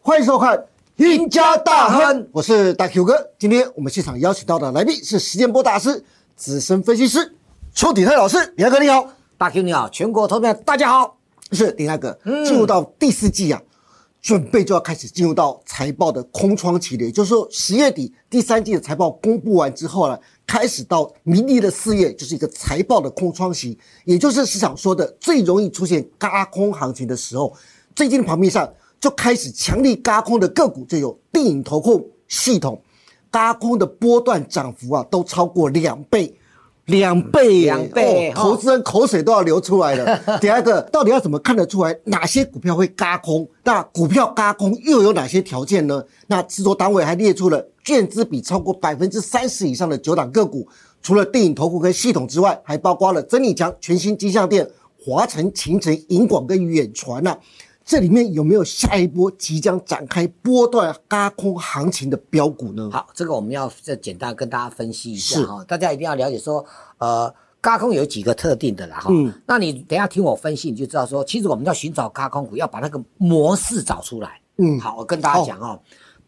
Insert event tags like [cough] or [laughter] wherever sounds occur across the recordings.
欢迎收看《赢家大亨》，我是大 Q 哥。今天我们现场邀请到的来宾是时间波大师、资深分析师邱鼎泰老师。鼎泰哥你好，大 Q 你好，全国投票大家好。是鼎泰哥，进入到第四季啊，准备就要开始进入到财报的空窗期了，也就是说十月底第三季的财报公布完之后呢，开始到明年的四月就是一个财报的空窗期，也就是市场说的最容易出现嘎空行情的时候。最近的盘面上就开始强力嘎空的个股就有电影投控系统，嘎空的波段涨幅啊都超过两倍。两倍耶，两倍哦，投资人口水都要流出来 [laughs] 了。第二个，到底要怎么看得出来哪些股票会嘎空？那股票嘎空又有哪些条件呢？那制作单位还列出了券资比超过百分之三十以上的九档个股，除了电影投顾跟系统之外，还包括了曾立强、全新金项店、华晨、秦城、银广跟远传呐、这里面有没有下一波即将展开波段嘎空行情的标股呢？好，这个我们要再简单跟大家分析一嗯下是哈，大家一定要了解说，呃，高空有几个特定的啦哈。嗯那你等一下听我分析，你就知道说，其实我们要寻找高空股，要把那个模式找出来。嗯好，我跟大家讲哦，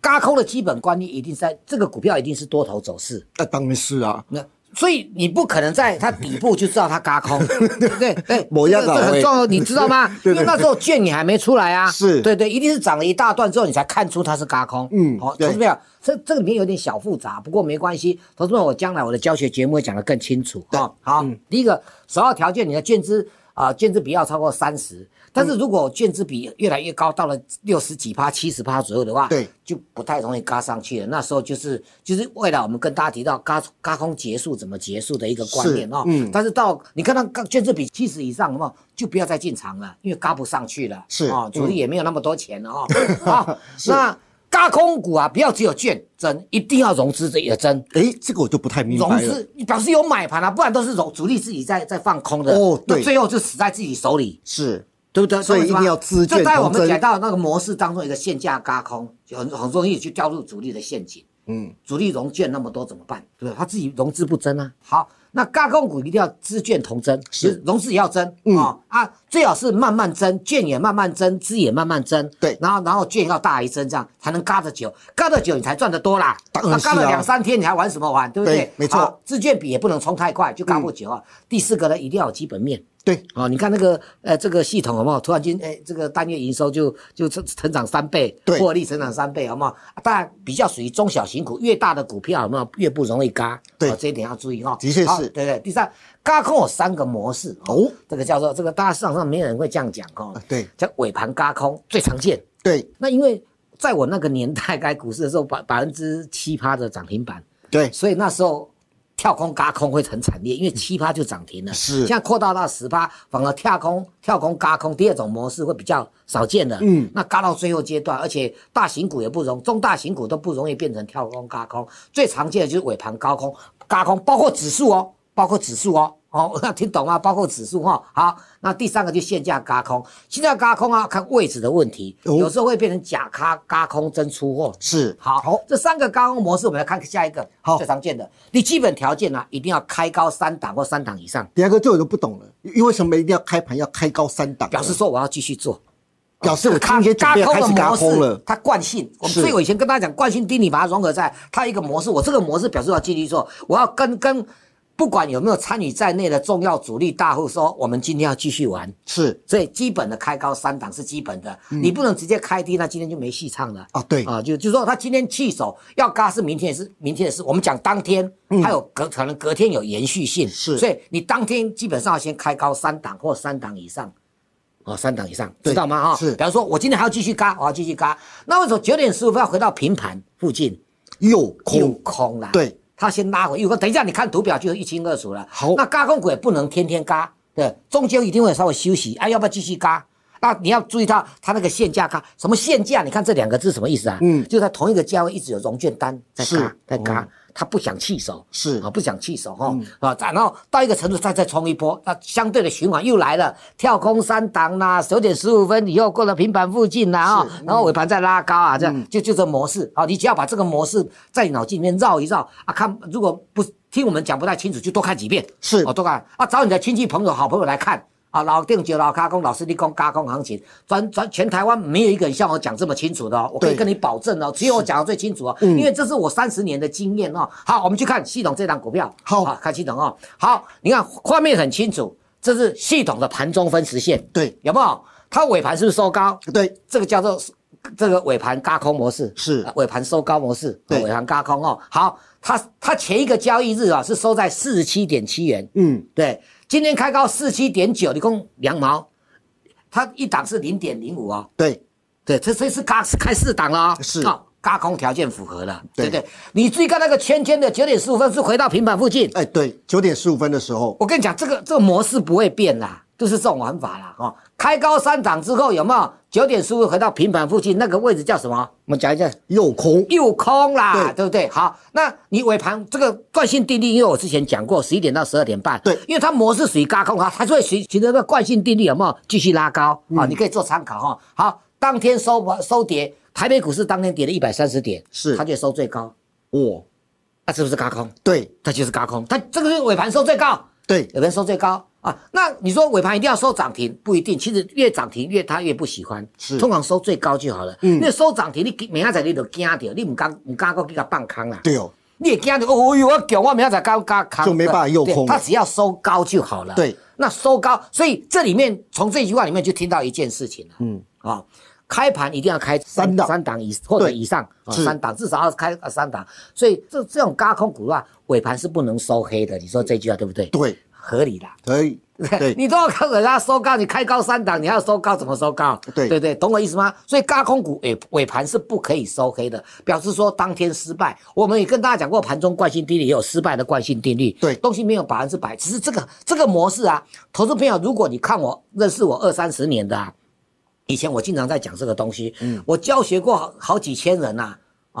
高空的基本观念一定是在这个股票一定是多头走势。那、当然是啊，那所以你不可能在它底部就知道它嘎空， [laughs] 对不对？对，某样这个岗这位很重要，你知道吗？ [laughs] 对对因为那时候券你还没出来啊，是对对，一定是涨了一大段之后你才看出它是嘎空。嗯好，对投资朋友，这这个里面有点小复杂，不过没关系，投资朋友，我将来我的教学节目会讲得更清楚啊。好，嗯第一个首要条件，你的券资啊，券资比要超过三十。但嗯是如果券资比越来越高，到了六十几趴、七十趴左右的话，对啊就不太容易嘎上去了。那时候就是就是未来我们跟大家提到嘎嘎空结束怎么结束的一个观念是哦。嗯但是到你看到嘎券资比七十以上，有没有就不要再进场了，因为嘎不上去了。是哦嗯，主力也没有那么多钱 [laughs] 了哦。好，那嘎空股啊，不要只有券增，一定要融资的也增。诶，这个我就不太明融白了。资表示有买盘啊，不然都是融主力自己在在放空的哦那对最后就死在自己手里。是，对不对？所以一定要自这卷在我同们真讲到那个模式当中，一个限价嘎空，就很很容易去掉入主力的陷阱。嗯，嗯主力融券那么多怎么办？对不对？他自己融资不增啊。好，那嘎空股一定要资券同增，是嗯就融资也要增啊、哦啊，最好是慢慢增，券也慢慢增，资也慢慢增。对然后然后券要大于增，这样才能嘎得久，嘎得久你才赚得多啦。当然那是啊嘎了两三天你还玩什么玩？对不对对？没错嗯好，资券比也不能冲太快，就嘎不久啊。第四个呢，一定要有基本面。对，哦，你看那个呃，这个系统好不好？突然间，哎，这个单月营收就就成成长三倍，对获利成长三倍，好不好？啊当然比较属于中小型股，越大的股票有没有越不容易嘎？对哦这一点要注意哦。的确是好对对。第三，嘎空有三个模式哦，这个叫做这个，大家市场上没有人会这样讲哦啊。对，叫尾盘嘎空最常见。对，那因为在我那个年代该股市的时候，百百分之七趴的涨停板，对，嗯所以那时候跳空嘎空会很惨烈，因为七趴就涨停了，是现在扩大到十趴，反而跳空跳空嘎空第二种模式会比较少见的，嗯，那嘎到最后阶段，而且大型股也不容，中大型股都不容易变成跳空嘎空，最常见的就是尾盘高空嘎空，包括指数哦，包括指数哦。哦， [laughs] 听懂吗？包括指数哈、哦。好，那第三个就限价嘎空，限价嘎空啊，看位置的问题，哦有时候会变成假咖嘎空真出货。是，好，这三个高空模式，我们来看下一个，好最常见的，你基本条件呢、啊，一定要开高三档或三档以上，第二个这我就不懂了，因为什么一定要开盘要开高三档呢？表示说我要继续做。表示我咖今天准备要开始嘎空模式了，，它惯性，我是所以我以前跟大家讲惯性定理，把它融合在它一个模式，我这个模式表示我要继续做，我要跟跟不管有没有参与在内的重要主力大户说，我们今天要继续玩。是所以基本的开高三档是基本的，你不能直接开低，那今天就没戏唱了啊嗯对啊，就就说他今天弃守要嘎是明天也是明天的事，我们讲当天，还有隔可能隔天有延续性，嗯是所以你当天基本上要先开高三档或三档以上。哦，三档以上，对知道吗？哈、是比方说，我今天还要继续嘎，我要继续嘎。那为什么九点十五分要回到平盘附近？又又空，空啦。对，它先拉回，又空。等一下你看图表就一清二楚了。好那嘎空股也不能天天嘎，对，中间一定会稍微休息啊，要不要继续嘎？那你要注意到它那个限价嘎，什么限价？你看这两个字什么意思啊？嗯就在同一个价位一直有融券单在是哦嘎，在嘎，他不想弃手，是嗯啊，不想弃手哈啊，然后到一个程度再再冲一波，那相对的循环又来了，跳空三档啦，九点十五分以后过了平板附近啦啊是，然后尾盘再拉高啊，这嗯样就就这模式啊，你只要把这个模式在脑筋里面绕一绕啊，看如果不听我们讲不太清楚，就多看几遍，是哦，多看啊，找你的亲戚朋友、好朋友来看。啊，老定九老咖空老师你讲咖空行情，全全全台湾没有一个人像我讲这么清楚的哦，我可以对嗯跟你保证哦，只有我讲的最清楚哦，因为这是我三十年的经验哦。好，我们去看系统这档股票，好看系统哦，好，你看画面很清楚，这是系统的盘中分时线，对有没有？它尾盘是不是收高？对，这个叫做这个尾盘嘎空模式，是啊尾盘收高模式，对哦尾盘嘎空哦。好，它它前一个交易日啊是收在四十七点七元，嗯，对，今天开高四七点九，你共两毛，它一档是零点零五哦，对，对，这这是嘎是开四档了啊、哦，是嘎空条件符合了，对对不对？你注意看那个圈圈的九点十五分是回到平盘附近，哎，对，九点十五分的时候，我跟你讲，这个这个模式不会变啦，就是这种玩法啦。哦，开高三档之后有没有九点十五回到平盘附近那个位置叫什么？我们讲一下，右空，右空啦，对对不对？好，那你尾盘这个惯性定律，因为我之前讲过，十一点到十二点半，对因为它模式属于高空，它它就会随随着那个惯性定律有没有继续拉高啊？你可以做参考哈。好，当天收盘收跌，台北股市当天跌了一百三十点，是它就收最高，哦我，那是不是高空？对它就是高空，它这个是尾盘收最高。对，有人收最高啊。那你说尾盘一定要收涨停，不一定。其实越涨停越他越不喜欢，是嗯通常收最高就好了。因为收涨停，你明仔载你就惊到，你唔敢唔敢够去甲放空啦。对哦，你也惊到，哦哟，我强，我明仔载高加空，就没办法诱空对了他只要收高就好了。对，那收高，所以这里面从这句话里面就听到一件事情了。嗯，啊、开盘一定要开三档三档以或者对以上，啊是三档至少要开呃三档，所以这这种高空股啊，尾盘是不能收黑的。你说这句话对不对？对，合理啦。可以，对， [laughs] 你都要看人家收高，你开高三档，你要收高怎么收高？对对对，懂我意思吗？所以高空股尾尾盘是不可以收黑的，表示说当天失败。我们也跟大家讲过，盘中惯性定律也有失败的惯性定律，对东西没有百分之百，只是这个这个模式啊，投资朋友，如果你看我认识我二三十年的、啊，以前我经常在讲这个东西，嗯我教学过好好几千人呐、啊。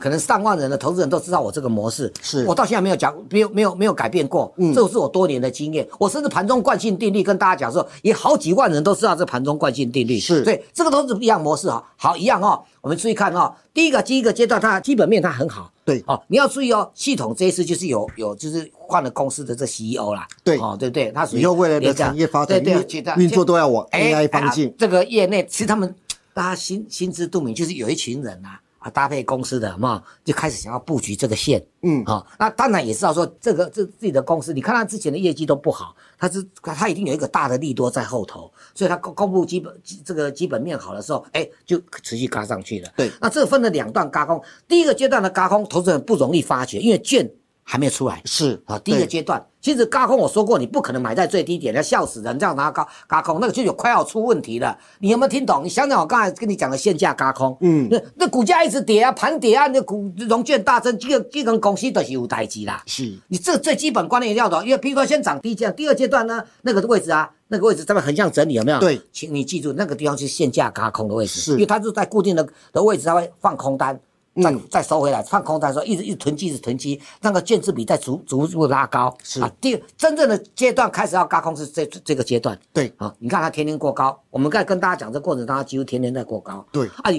可能上万人的投资人都知道我这个模式，是我到现在没有讲，没有没有没有改变过，嗯，这是我多年的经验。我甚至盘中惯性定律跟大家讲说，也好几万人都知道这盘中惯性定律，是对，这个都是一样模式哈。好，一样哦，我们注意看哦，第一个第一个阶段它基本面它很好，对哦，你要注意哦，系统这一次就是有有就是换了公司的这 CEO 啦，对哦对不对？它属于以后未来的廉价产业发展对啊运对，觉得运作都要往哎 AI 方哎进啊，这个业内其实他们大家心心知肚明，就是有一群人啊啊搭配公司的嘛，就开始想要布局这个线。嗯好、那当然也知道说这个这自己的公司，你看他之前的业绩都不好，他是他一定有一个大的利多在后头，所以他公公布基本基这个基本面好的时候，哎，就持续嘎上去了。对那这分了两段嘎空，第一个阶段的嘎空，投资人不容易发觉，因为券还没有出来。是啊，第一个对阶段，其实高空我说过，你不可能买在最低点，要笑死人，这样拿高高空，那个就有快要出问题了。你有没有听懂？你想想我刚才跟你讲的限价高空，嗯那那股价一直跌啊，盘跌啊，那股融券大增，这个这个公司都是有代志啦。是，你这最基本观念要懂，因为譬如说先涨低价，第二阶段呢，那个位置啊，那个位置咱们横向整理有没有？对请你记住那个地方是限价嘎空的位置，是因为它是在固定的的位置，它会放空单。再嗯再收回来，放空单的时候一直一直囤积，一直囤积，那个券资比在逐逐步拉高。是啊，第真正的阶段开始要嘎空是这这个阶段。对啊，你看它天天过高，我们刚才跟大家讲这过程当中，它几乎天天在过高。对啊，你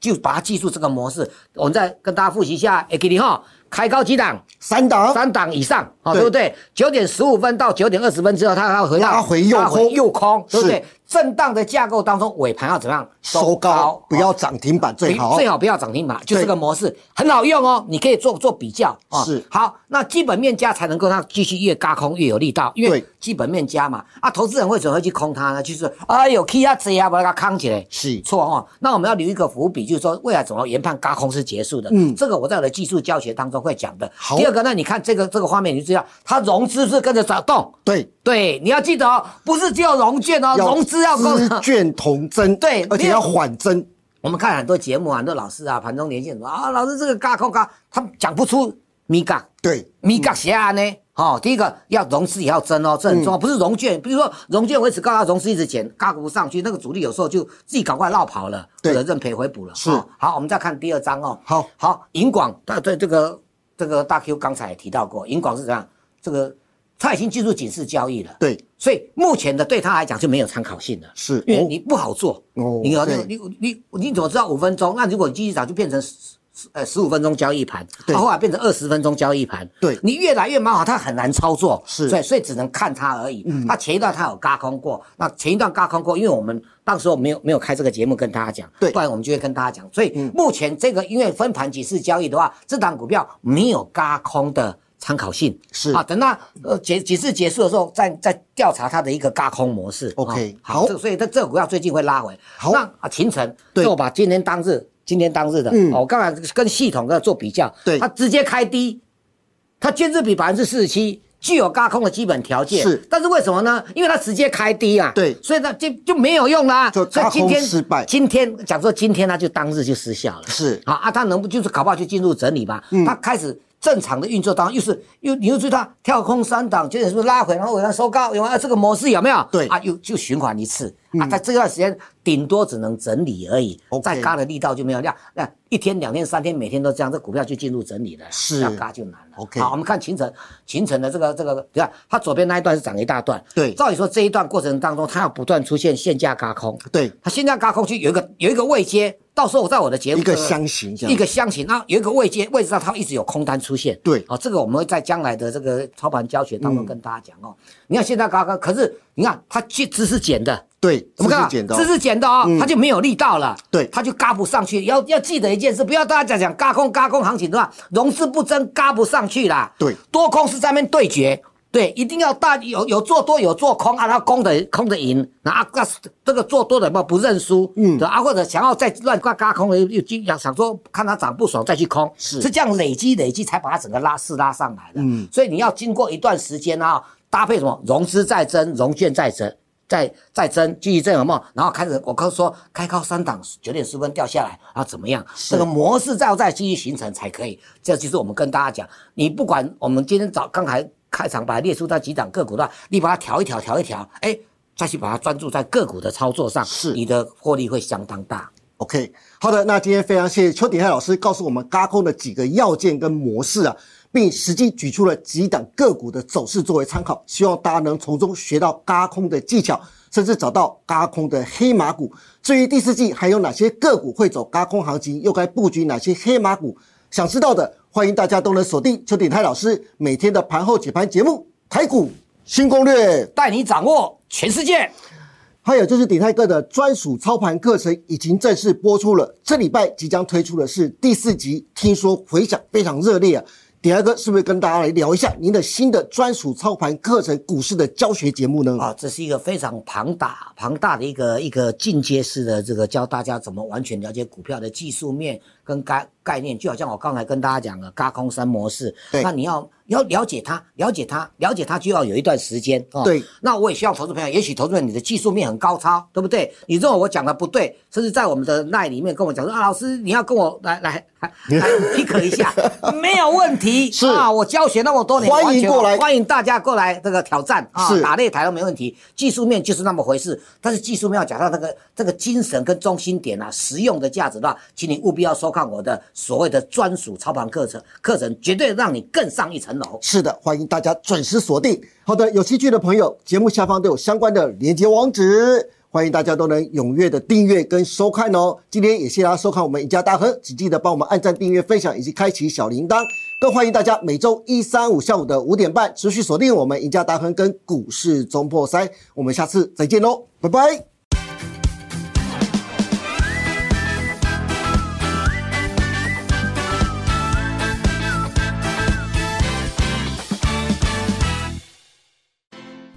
就把它记住这个模式。我们再跟大家复习一下，哎，给你哈，开高几档，三档，三档以上，好、啊对对不对？九点十五分到九点二十分之后，它要回到拉回右空拉右空，对不是对？震荡的架构当中，尾盘要怎么样？收高，不要涨停板最好，最好不要涨停板，就这个模式很好用哦，你可以做做比较啊。是好，那基本面加才能够让它继续越嘎空越有力道，因为对基本面加嘛，啊，投资人会怎么会去空它呢？就是哎呦，K 啊 Z 啊，把它扛起来。是错哦，那我们要留一个伏笔，就是说未来总要研判嘎空是结束的。嗯，这个我在我的技术教学当中会讲的。好第二个呢，你看这个这个画面，你就知道它融资是跟着走动。对，对，你要记得哦，不是只有融券哦，融资要跟 [laughs] 资券同增，对而且要缓增，我们看很多节目啊，很多老师啊，盘中连线什么啊，老师这个嘎空嘎，他们讲不出米嘎对，米嘎虾呢。哦，第一个要融资也要增哦，这很嗯重要，不是融券，比如说融券维持高，它融资一直减，嘎不上去，那个主力有时候就自己赶快绕跑了，对或者认赔回补了。是哦好，我们再看第二章哦。好好，银广，大对这个这个大 Q 刚才也提到过，银广是怎样？这个它已经进入警示交易了。对，所以目前的对他来讲就没有参考性了，是因为哦你不好做。哦你有那对个你你你你怎么知道五分钟？那如果你继续找，就变成十呃十五分钟交易盘，啊对它后来变成二十分钟交易盘，对你越来越慢好，它很难操作，是嗯所以所以只能看它而已。它前一段它有嘎空过，那前一段嘎空过，因为我们当时我没有没有开这个节目跟大家讲，对嗯不然我们就会跟大家讲。所以目前这个因为分盘几次交易的话，这档股票没有嘎空的参考性，是啊，等到呃几几次结束的时候，再再调查它的一个嘎空模式。 OK，哦好，好这个所以它这个股票最近会拉回。好那啊，秦晨，对就把今天当日今天当日的，嗯哦，我刚才跟系统在做比较，对它直接开低，它兼日比百分之四十七。具有轧空的基本条件，是但是为什么呢？因为它直接开低啊，对所以呢就就没有用啦。就所以轧空今天失败今天讲说今天它就当日就失效了，是好啊，它能不就是搞不好就进入整理吧？嗯它开始正常的运作当中，又是又你又追它跳空三档，就是说拉回，然后尾盘收高，有没啊有这个模式？有没有？对嗯啊，又就循环一次、啊，在这段时间顶多只能整理而已， OK 再嘎的力道就没有量，那一天、两天、三天，每天都这样，这股票就进入整理了，是要嘎就难了。 OK 好，我们看秦晨，秦晨的这个这个，你看它左边那一段是涨一大段，对照理说这一段过程当中，它要不断出现限价嘎空，对，它现在高空区有一个有一个位阶，到时候我在我的节目一个这箱型这样一个箱型，那有一个位阶位置上它一直有空单出现。哦对嗯好、这个我们会在将来的这个操盘教学当中跟大家讲哦。你看现在高高，可是你看它去只是减的，对，我们看这啊是剪刀嗯这，是剪的哦，它就没有力道了，对它就嘎不上去。要要记得一件事，不要大家讲嘎空嘎空行情的话，融资不增，嘎不上去啦。对多空是在面对决，对，一定要大有有做多有做空啊，然后空的空的赢，然后啊那这个做多的嘛不认输，嗯，对啊，或者想要再乱嘎嘎空的又就想想说看它涨不爽再去空，是是这样累积累积才把它整个拉势拉上来的。嗯，所以你要经过一段时间啊，搭配什么融资再增，融券再增。再再增，继续增有没有？然后开始，我刚说开高三档，九点十分掉下来，然后怎么样？这个模式再要再继续形成才可以。这就是我们跟大家讲，你不管我们今天早刚才开场把它列出到几档个股的话，你把它调一调，调一调，哎，再去把它专注在个股的操作上，是你的获利会相当大。 OK，好的，那今天非常谢谢邱鼎泰老师告诉我们高空的几个要件跟模式啊，并实际举出了几档个股的走势作为参考，希望大家能从中学到高空的技巧，甚至找到高空的黑马股。至于第四季还有哪些个股会走高空行情，又该布局哪些黑马股，想知道的，欢迎大家都能锁定邱鼎泰老师每天的盘后解盘节目《台股新攻略》。带你掌握全世界。还有就是鼎泰哥的专属操盘课程已经正式播出了，这礼拜即将推出的是第四集，听说回响非常热烈啊！鼎泰哥是不是跟大家来聊一下您的新的专属操盘课程股市的教学节目呢？啊，这是一个非常庞大、庞大的一个一个进阶式的这个教大家怎么完全了解股票的技术面跟概概念，就好像我刚才跟大家讲的嘎空三模式，对那你要要了解它，了解它，了解它就要有一段时间哦。对那我也希望投资朋友，也许投资朋友你的技术面很高超，对不对？你认为我讲的不对，甚至在我们的那里面跟我讲说啊，老师你要跟我来来来 [laughs] 来 pick 一下，没有问题。是啊，我教学那么多年，欢迎完全过来欢迎大家过来这个挑战啊，是打擂台都没问题，技术面就是那么回事。但是技术面要讲到那个这个精神跟中心点啊，实用的价值的话，请你务必要收看我的所谓的专属操盘课程，课程绝对让你更上一层楼。是的，欢迎大家准时锁定。好的，有兴趣的朋友，节目下方都有相关的连接网址，欢迎大家都能踊跃的订阅跟收看哦。今天也谢谢大家收看我们赢家大亨，请记得帮我们按赞、订阅、分享以及开启小铃铛。更欢迎大家每周一、三、五下午的五点半持续锁定我们赢家大亨跟股市中破塞，我们下次再见喽，拜拜。